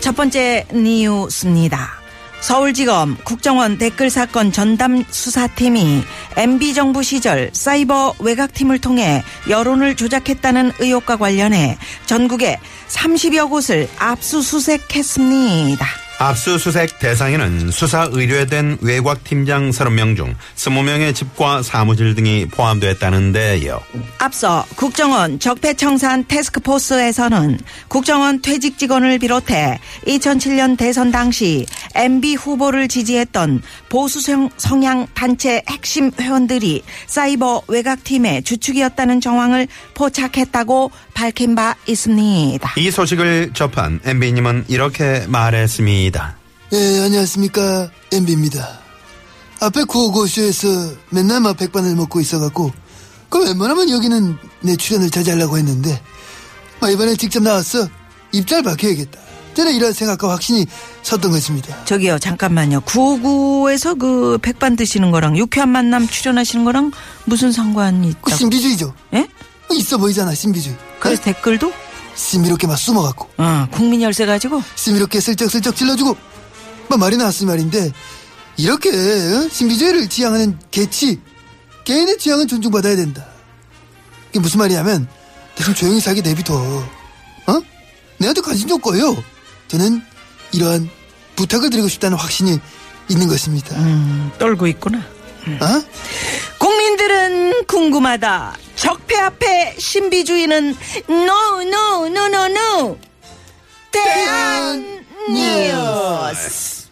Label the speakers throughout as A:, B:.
A: 첫 번째 뉴스입니다. 서울지검 국정원 댓글 사건 전담 수사팀이 MB 정부 시절 사이버 외곽팀을 통해 여론을 조작했다는 의혹과 관련해 전국에 30여 곳을 압수수색했습니다.
B: 압수수색 대상에는 수사 의뢰된 외곽팀장 30명 중 20명의 집과 사무실 등이 포함됐다는데요.
A: 앞서 국정원 적폐청산 태스크포스에서는 국정원 퇴직 직원을 비롯해 2007년 대선 당시 MB 후보를 지지했던 보수 성- 성향 단체 핵심 회원들이 사이버 외곽팀의 주축이었다는 정황을 포착했다고 밝힌 바 있습니다.
B: 이 소식을 접한 MB님은 이렇게 말했습니다.
C: 예, 안녕하십니까. MB입니다. 앞에 구호고쇼에서 맨날 막 백반을 먹고 있어갖고, 그 웬만하면 여기는 내 출연을 자제하려고 했는데, 막 이번에 직접 나왔어. 입잘 밝혀야겠다. 저는 이런 생각과 확신이 섰던 것입니다.
A: 저기요 잠깐만요. 959에서 그 백반 드시는 거랑 유쾌한 만남 출연하시는 거랑 무슨 상관이
C: 그
A: 있다고?
C: 신비주의죠.
A: 예?
C: 있어 보이잖아, 신비주의. 네?
A: 그래서 댓글도
C: 신비롭게 막 숨어갖고,
A: 어, 국민 열쇠 가지고
C: 신비롭게 슬쩍슬쩍 질러주고, 막 말이 나왔으니 말인데, 이렇게 어? 신비주의를 지향하는 개치, 개인의 지향은 존중받아야 된다. 이게 무슨 말이냐면, 대충 조용히 살게 내비둬. 어? 내한테 관심 좀 꺼요. 저는 이러한 부탁을 드리고 싶다는 확신이 있는 것입니다.
D: 음.
A: 떨고 있구나.
C: 어?
A: 국민들은 궁금하다. 적폐 앞에 신비주의는 no no no no no. 대한 뉴스.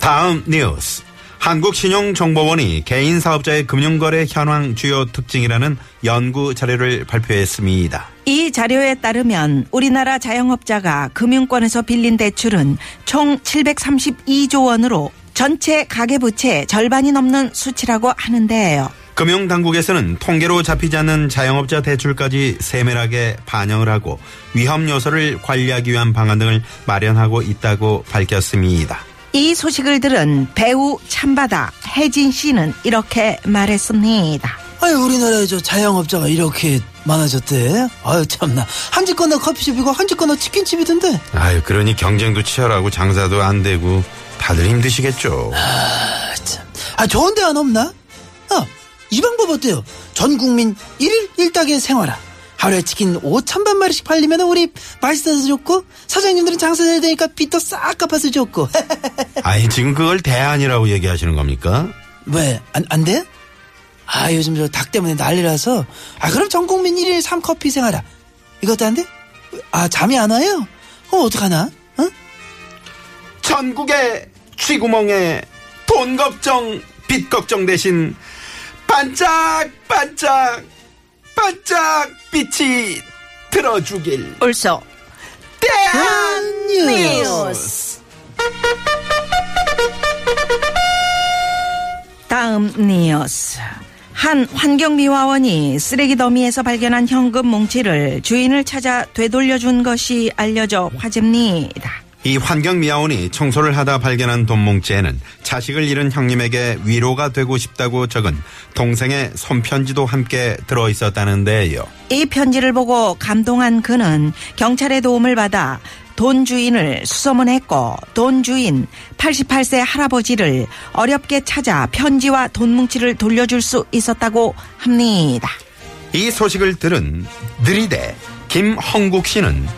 B: 다음 뉴스. 한국신용정보원이 개인사업자의 금융거래 현황 주요 특징이라는 연구 자료를 발표했습니다.
A: 이 자료에 따르면 우리나라 자영업자가 금융권에서 빌린 대출은 총 732조 원으로 전체 가계부채 절반이 넘는 수치라고 하는데요.
B: 금융당국에서는 통계로 잡히지 않는 자영업자 대출까지 세밀하게 반영을 하고 위험 요소를 관리하기 위한 방안 등을 마련하고 있다고 밝혔습니다.
A: 이 소식을 들은 배우 참바다 혜진 씨는 이렇게 말했습니다.
D: 아니 우리나라에 저 자영업자가 이렇게 많아졌대. 아유 참나 한 집 건너 커피숍이고 한 집 건너 치킨집이던데.
B: 아유, 그러니 경쟁도 치열하고 장사도 안 되고 다들 힘드시겠죠.
D: 아 좋은 데안 없나? 어, 아이 방법 어때요? 전 국민 1일 1닭의 생활화. 하루에 치킨 5천만 마리씩 팔리면 우리 맛있어서 좋고 사장님들은 장사 잘 되니까 빚도 싹 갚아서 좋고.
B: 아니, 지금 그걸 대안이라고 얘기하시는 겁니까?
D: 왜? 안, 안 돼? 아, 요즘 저 닭 때문에 난리라서. 아, 그럼 전 국민 1일 3커피 생활아. 이것도 안 돼? 아, 잠이 안 와요? 어, 어떡하나? 응?
B: 전국의 취구멍에 돈 걱정, 빚 걱정 대신 반짝반짝, 반짝 빛이 들어주길.
A: Also,
D: 대한
A: 다음 뉴스. 한 환경미화원이 쓰레기 더미에서 발견한 현금 뭉치를 주인을 찾아 되돌려준 것이 알려져 화제입니다.
B: 이 환경미화원이 청소를 하다 발견한 돈뭉치에는 자식을 잃은 형님에게 위로가 되고 싶다고 적은 동생의 손편지도 함께 들어있었다는데요.
A: 이 편지를 보고 감동한 그는 경찰의 도움을 받아 돈 주인을 수소문했고 돈 주인 88세 할아버지를 어렵게 찾아 편지와 돈 뭉치를 돌려줄 수 있었다고 합니다.
B: 이 소식을 들은 느리대 김헝국 씨는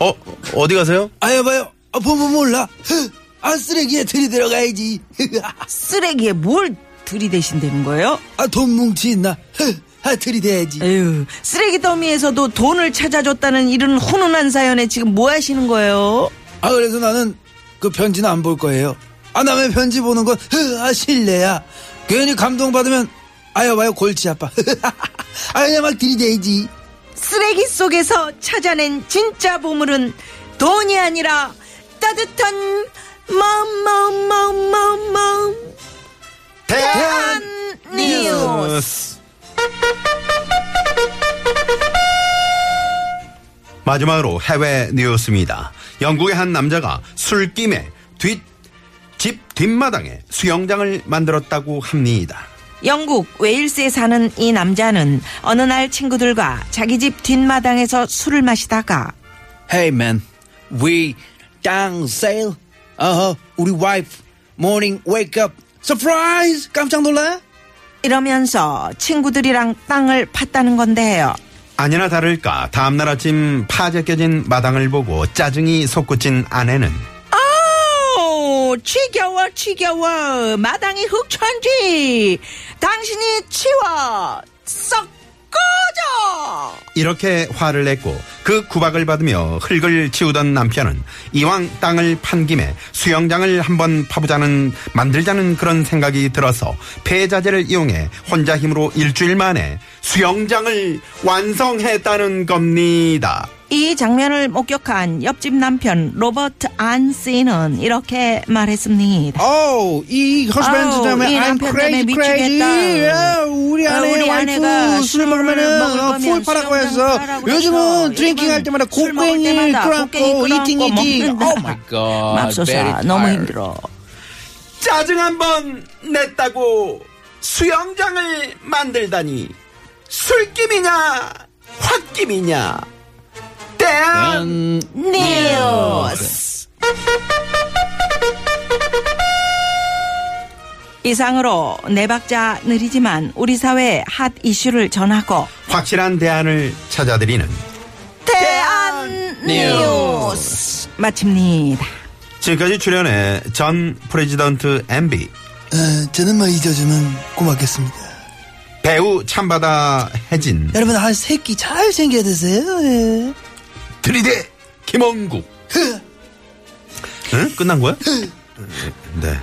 B: 어 어디 가세요?
D: 아, 여봐요. 아, 보면 몰라. 헉, 아, 쓰레기에 들이 들어가야지.
A: 쓰레기에 뭘 들이대신다는 거예요?
D: 아, 돈 뭉치 있나? 헉, 아, 들이대야지.
A: 에휴, 쓰레기 더미에서도 돈을 찾아줬다는 이런 훈훈한 사연에 지금 뭐 하시는 거예요?
D: 아, 그래서 나는 그 편지는 안 볼 거예요. 아, 남의 편지 보는 건, 흐, 아, 실례야. 아, 괜히 감동받으면, 아여, 와요, 골치 아파. 아유, 막 들이대야지.
A: 쓰레기 속에서 찾아낸 진짜 보물은 돈이 아니라 따뜻한 마음 마음 마음 마음 마음 대한 뉴스
B: 마지막으로 해외 뉴스입니다. 영국의 한 남자가 술김에 뒷집 뒷마당에 수영장을 만들었다고 합니다.
A: 영국 웨일스에 사는 이 남자는 어느 날 친구들과 자기 집 뒷마당에서 술을 마시다가
D: Hey man, we down sale. 어허, 우리 와이프 morning wake up surprise. 깜짝 놀라?
A: 이러면서 친구들이랑 땅을 팠다는 건데요.
B: 아니나 다를까 다음날 아침 파재 껴진 마당을 보고 짜증이 솟구친 아내는
A: 아우 지겨워 지겨워 마당이 흙천지 당신이 치워 썩 꺼져
B: 이렇게 화를 냈고 그 구박을 받으며 흙을 치우던 남편은 이왕 땅을 판 김에 수영장을 한번 파보자는 만들자는 그런 생각이 들어서 폐자재를 이용해 혼자 힘으로 일주일 만에 수영장을 완성했다는 겁니다.
A: 이 장면을 목격한 옆집 남편 로버트 안씨는 이렇게 말했습니다.
D: Oh, 이 husband
A: 아우,
D: 때문에
A: 이
D: I'm
A: 남편
D: crazy
A: 때문에
D: crazy.
A: 미치겠다.
D: 야, 우리
A: 아,
D: 아내
A: 우리 아내가
D: 와이프
A: 술을
D: 술
A: 먹을
D: 먹으면은
A: 거면
D: 풀 파라고
A: 수영장
D: 해서
A: 가라고 그랬어.
D: 요즘은 드링킹 할 때마다
A: 술 먹을
D: 곡괭이
A: 때마다
D: 끌어안고
A: 곡괭이
D: 이팅
A: 끌어안고
D: 이팅.
A: 먹는다.
D: Oh my god. very
A: 맙소사 너무
D: tired.
A: 힘들어.
B: 짜증 한번 냈다고 수영장을 만들다니 술김이냐 홧김이냐 대한
A: 뉴스 이상으로 네 박자 느리지만 우리 사회의 핫 이슈를 전하고
B: 확실한 대안을 찾아드리는
A: 대한 뉴스 마칩니다.
B: 지금까지 출연해 전 프레지던트 MB
C: 에, 저는 뭐 잊어주면 고맙겠습니다.
B: 배우 참바다 혜진
C: 여러분 한 새끼 잘 챙겨 드세요. 예.
B: 드리대 김원국
D: 그
B: 응? 끝난 거야? 네.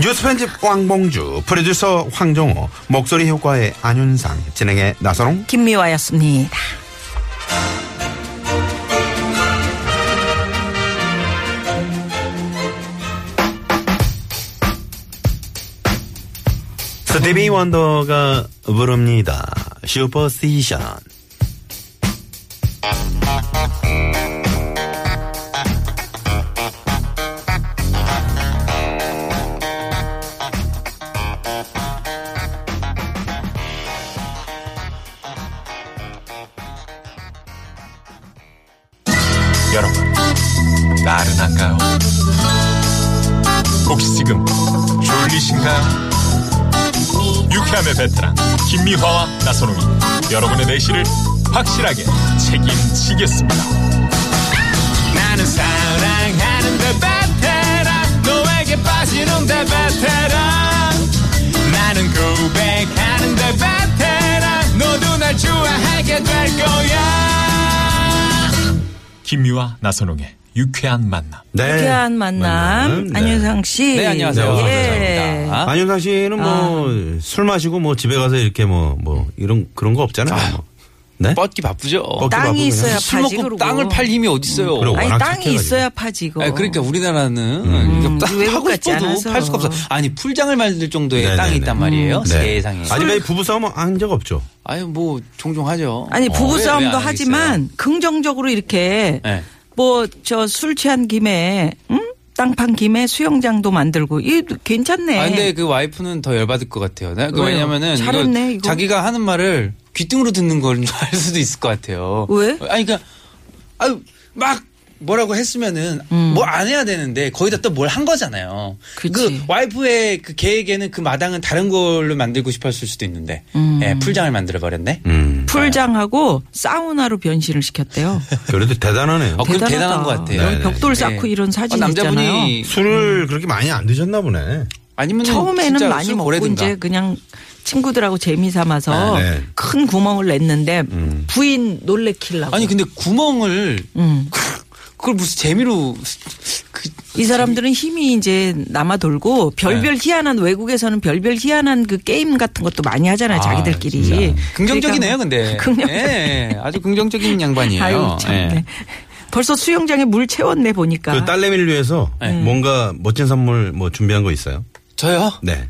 B: 뉴스 편집 왕봉주, 프로듀서 황정호, 목소리 효과의 안윤상, 진행의 나선홍,
A: 김미화였습니다.
B: 스티비 원더가 부릅니다. 슈퍼스티션.
E: 여러분, 나른한가요? 혹시 지금 졸리신가요? 유쾌함의 베테랑 김미화와 나선홍이 여러분의 내실을 확실하게 책임지겠습니다. 나는 사랑하는데 베테랑 너에게 빠지는데 베테랑 나는 고백하는데 베테랑 너도 날 좋아하게 될 거야. 김유와 나선홍의 유쾌한 만남.
B: 네.
A: 유쾌한 만남
B: 만남.
A: 안윤상 씨.
F: 네, 안녕하세요.
A: 예.
F: 안윤상입니다.
B: 안윤상 씨는 뭐
A: 아.
B: 술 마시고 뭐 집에 가서 이렇게 뭐 뭐 이런 그런 거 없잖아요. 뭐. 네?
F: 뻗기 바쁘죠.
B: 뻗기
A: 땅이
B: 바쁘고
A: 있어야 음,
B: 그냥
F: 술
A: 파지
F: 먹고
A: 그러고.
F: 땅을 팔 힘이 어딨어요.
B: 그러고.
A: 아니
B: 워낙
A: 땅이
B: 착해가지고.
A: 있어야 파지고.
F: 아니, 그러니까 우리나라는 이거 땅
A: 음. 외국
F: 하고
A: 같지 않아서. 음.
F: 싶어도 팔 수가 없어. 아니 풀장을 만들 정도의
B: 어, 네네네.
F: 땅이 있단 말이에요.
A: 네.
F: 세상에.
B: 아니면 부부싸움 한 적 없죠?
F: 아유 뭐 종종 하죠.
A: 아니
F: 어.
A: 부부
F: 왜, 왜안
A: 싸움도
F: 하겠어요?
A: 하지만 긍정적으로 이렇게
F: 네.
A: 뭐 저 술 취한 김에 음? 땅판 김에 수영장도 만들고 이 괜찮네.
F: 아 근데 그 와이프는 더 열받을 것 같아요. 나- 그
A: 왜요?
F: 왜냐면은 이거
A: 잘했네, 이거.
F: 자기가 하는 말을 귀등으로 듣는 걸 알 수도 있을 것 같아요.
A: 왜?
F: 아니 그러니까 아유 막 뭐라고 했으면은 뭐 안 해야 되는데 거기다 또 뭘 한 거잖아요.
A: 음. 그치.
F: 그 와이프의 그 계획에는 그 마당은 다른 걸로 만들고 싶었을 수도 있는데
A: 음.
F: 예, 풀장을 만들어 버렸네.
B: 음.
A: 풀장하고 사우나로 변신을 시켰대요.
B: 그래도 대단하네요.
F: 어, 그건
A: 대단하다.
F: 대단한 것 같아요.
A: 여기
B: 네네.
A: 벽돌 쌓고
F: 예.
A: 이런 사진
F: 어,
A: 있잖아요.
F: 남자분이
B: 술을 그렇게 많이 안 드셨나 보네.
F: 아니면
A: 처음에는 많이 먹고 이제 그냥 친구들하고 재미 삼아서
B: 네, 네.
A: 큰 구멍을 냈는데
F: 음.
A: 부인
F: 그
A: 놀래키려고.
F: 아니 근데 구멍을
A: 음.
F: 그걸 무슨 재미로 그
A: 이 사람들은 힘이 이제 남아 돌고 별별
F: 네.
A: 희한한 외국에서는 별별 희한한 그 게임 같은 것도 많이 하잖아요.
F: 아,
A: 자기들끼리. 그러니까
F: 진짜. 긍정적이네요, 근데.
A: 뭐 긍정.
F: 예, 예, 아주 긍정적인 양반이에요.
A: 아유 참.
F: 예.
A: 네. 벌써 수영장에 물 채웠네 보니까.
F: 아.
B: 그 딸내미를 위해서
F: 네.
B: 뭔가 멋진 선물 뭐 준비한 거 있어요?
F: 저요?
B: 네.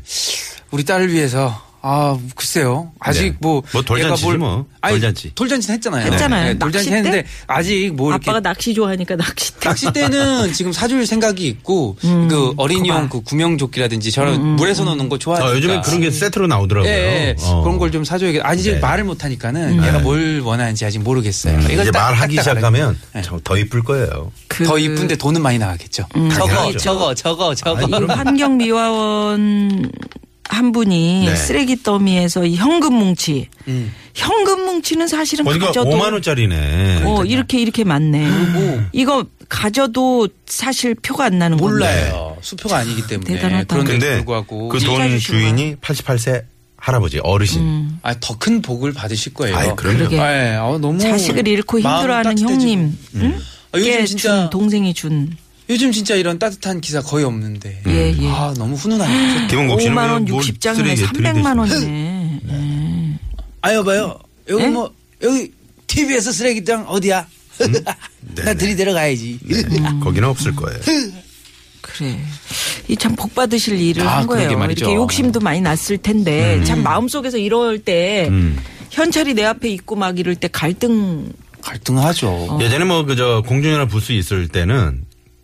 F: 우리 딸을 위해서. 아, 글쎄요. 아직
B: 네.
F: 뭐.
B: 뭐 돌잔치지
F: 얘가
B: 뭐.
F: 아니,
B: 돌잔치.
F: 돌잔치는 했잖아요. 네.
A: 했잖아요.
F: 돌잔치
A: 낚싯대?
F: 했는데 아직 뭐 이렇게.
A: 아빠가 낚시 좋아하니까 낚싯대. 음,
F: 낚싯대는 지금 사줄 생각이 있고 그 어린이용 그 구명조끼라든지 저런 물에서 노는 거
B: 아,
F: 좋아하니까.
B: 요즘에 그런 게 세트로 나오더라고요.
F: 예, 예.
B: 어.
F: 그런 걸 좀 사줘야겠. 아직
B: 네.
F: 말을 못 하니까는 얘가 뭘 원하는지 아직 모르겠어요.
B: 음,
F: 이걸
B: 이제
F: 딱-
B: 말하기
F: 딱딱 알아요.
B: 시작하면
F: 네.
B: 참 더 이쁠 거예요.
A: 그- 음,
F: 더 이쁜데 돈은 많이 나가겠죠. 저거,
B: 당연하죠.
F: 저거, 저거, 저거.
B: 아니, 그럼-
A: 환경 미화원 한 분이
B: 네. 음.
A: 쓰레기 더미에서 이 현금 뭉치. 현금 뭉치는
F: 음,
A: 사실은
B: 보니까
A: 가져도
B: 5만 원짜리네.
A: 어, 이렇게 이렇게 많네. 이거 가져도 사실 표가 안 나는 건데.
F: 몰라요. 네. 수표가 아니기 때문에.
A: 대단하다.
F: 그런데
B: 근데
F: 불구하고
B: 그
A: 진짜
B: 돈
A: 주신 거야?
B: 주인이 88세 할아버지 어르신.
F: 아, 더 큰 복을 받으실 거예요.
B: 아이, 그럼요.
A: 그러게.
F: 예, 어, 너무
A: 자식을 잃고
F: 마음이
A: 힘들어하는
F: 따뜻해지고.
A: 형님.
B: 음.
A: 응?
F: 아, 요즘
A: 예,
F: 진짜
A: 준, 동생이 준.
F: 요즘 진짜 이런 따뜻한 기사 거의 없는데.
A: 예, 예.
F: 아, 너무 훈훈하네요.
B: 김은국 씨는
A: 5만 원
B: 뭘
A: 60장에
B: 쓰레기에
A: 300만
B: 들이대시나요?
A: 원이네.
F: 아, 여봐요. 여기
A: 네?
F: 뭐, 여기 TV에서 쓰레기장 어디야?
B: 음?
F: 나 들이대러 가야지.
B: 네. 거기는 없을 거예요.
A: 그래. 이 참 복 받으실 일을
F: 아,
A: 한
F: 그러게
A: 거예요.
F: 말이죠.
A: 이렇게 욕심도 많이 났을 텐데 참 마음속에서 이럴 때 현찰이 내 앞에 있고 막 이럴 때 갈등
F: 갈등하죠.
A: 어.
B: 예전에 뭐 그 저 공중연합 부스 있을 때는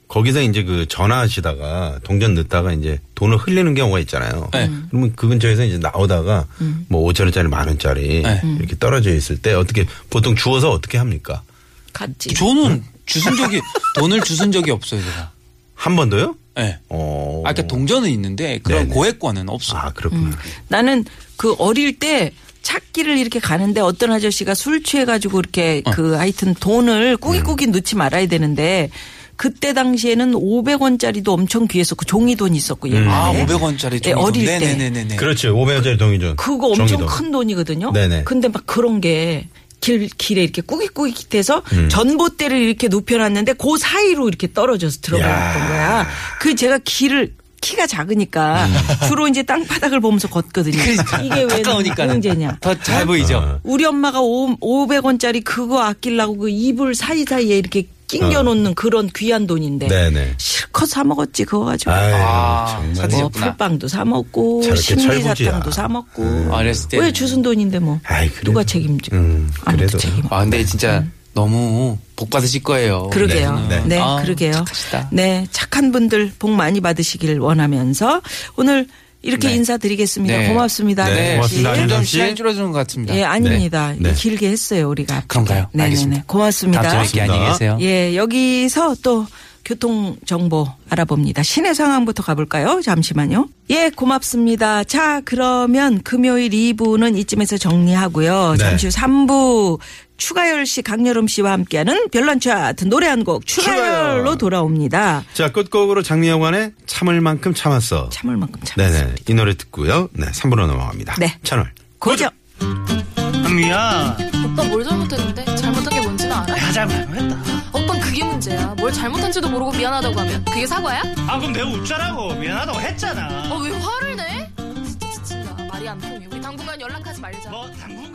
B: 거기서 이제 그 전화하시다가 동전 넣다가 이제 돈을 흘리는 경우가 있잖아요.
F: 네.
A: 음.
B: 그러면 그 근처에서 이제 나오다가 뭐 5천 원짜리 만 원짜리
F: 네.
B: 이렇게 떨어져 있을 때 어떻게 보통 주워서 어떻게 합니까?
A: 같이.
F: 저는 주순 적이, 돈을 주순 적이 없어요, 제가.
B: 한 번도요?
F: 예.
B: 어.
F: 아, 그러니까 동전은 있는데 그런
B: 네네.
F: 고액권은 없어.
B: 아, 그렇구나.
A: 음. 나는 그 어릴 때 찾기를 이렇게 가는데 어떤 아저씨가 술 취해가지고 이렇게
F: 어.
A: 그 하여튼 돈을
F: 음.
A: 꾸깃꾸깃 넣지 말아야 되는데 그때 당시에는 500원짜리도 엄청 귀해서 그 종이돈이 있었고 옛날에.
F: 아, 500원짜리
A: 네, 어릴 때.
F: 네네네네.
B: 그렇죠. 500원짜리 동이죠.
A: 그거 엄청 큰 돈이거든요.
B: 네네.
A: 근데 막 그런 게 길, 길에 이렇게 꾸깃꾸깃해서 전봇대를 이렇게 눕혀놨는데 그 사이로 이렇게 떨어져서 들어갔던 거야. 그 제가 길을 키가 작으니까 주로 이제 땅바닥을 보면서 걷거든요. 이게 왜
F: 가까우니까는
A: 문제냐?
F: 더 잘 보이죠.
B: 어,
A: 우리 엄마가 오, 500원짜리 그거 아끼려고 그 이불 사이사이에 이렇게 낑겨놓는 그런 귀한 돈인데
B: 네네.
A: 실컷 사 먹었지 그거 가지고.
B: 아유,
F: 아,
B: 네, 정말.
F: 사진-
A: 뭐
F: 드셨구나.
A: 풀빵도 사 먹고
B: 저렇게
A: 심리사탕도
B: 철부지야. 음.
A: 사 먹고
F: 어렸을 아, 때는.
A: 왜 주순 돈인데 뭐
B: 아이, 그래도.
A: 누가 책임져
B: 음,
A: 아무도
B: 그래도.
A: 책임
F: 아, 근데 진짜 너무 복 받으실 거예요.
A: 음. 그러게요. 네,
F: 네, 아,
A: 그러게요.
F: 착하시다.
A: 네, 착한 분들 복 많이 받으시길 원하면서 오늘 이렇게
F: 네.
A: 인사드리겠습니다.
F: 네.
A: 고맙습니다.
B: 네,
A: 네.
B: 고맙습니다.
A: 예.
F: 점점
B: 안정씨.
F: 시간이 줄어드는 것 같습니다.
A: 예, 아닙니다.
B: 네. 네.
A: 길게 했어요, 우리가.
F: 그런가요?
A: 네, 네, 네.
F: 알겠습니다.
A: 고맙습니다.
F: 다음 주에 안녕히 계세요.
A: 예, 여기서 또 교통 정보 알아봅니다. 시내 상황부터 가볼까요? 잠시만요. 예, 고맙습니다. 자, 그러면 금요일 2부는 이쯤에서 정리하고요.
B: 네.
A: 잠시 후 3부 추가열 씨, 강여름 씨와 함께하는 별난 차트 노래 한 곡 추가열로
B: 추가열.
A: 돌아옵니다.
B: 자, 끝곡으로 장미영환의 참을 만큼 참았어.
A: 참을 만큼 참.
B: 네네. 이 노래 듣고요. 네, 3부로 넘어갑니다.
A: 네.
B: 채널.
A: 고정.
E: 미야
G: 오빠 뭘 잘못했는데? 잘못한 게 뭔지는 알아?
E: 내가 잘못했다
G: 오빠 그게 문제야. 뭘 잘못한지도 모르고 미안하다고 하면 그게 사과야? 어,
E: 아 그럼 내가 웃자라고 미안하다고 했잖아
G: 아 왜 화를 내? 진짜 지친다. 말이 안 통해. 우리 당분간 연락하지 말자.
E: 뭐 당분간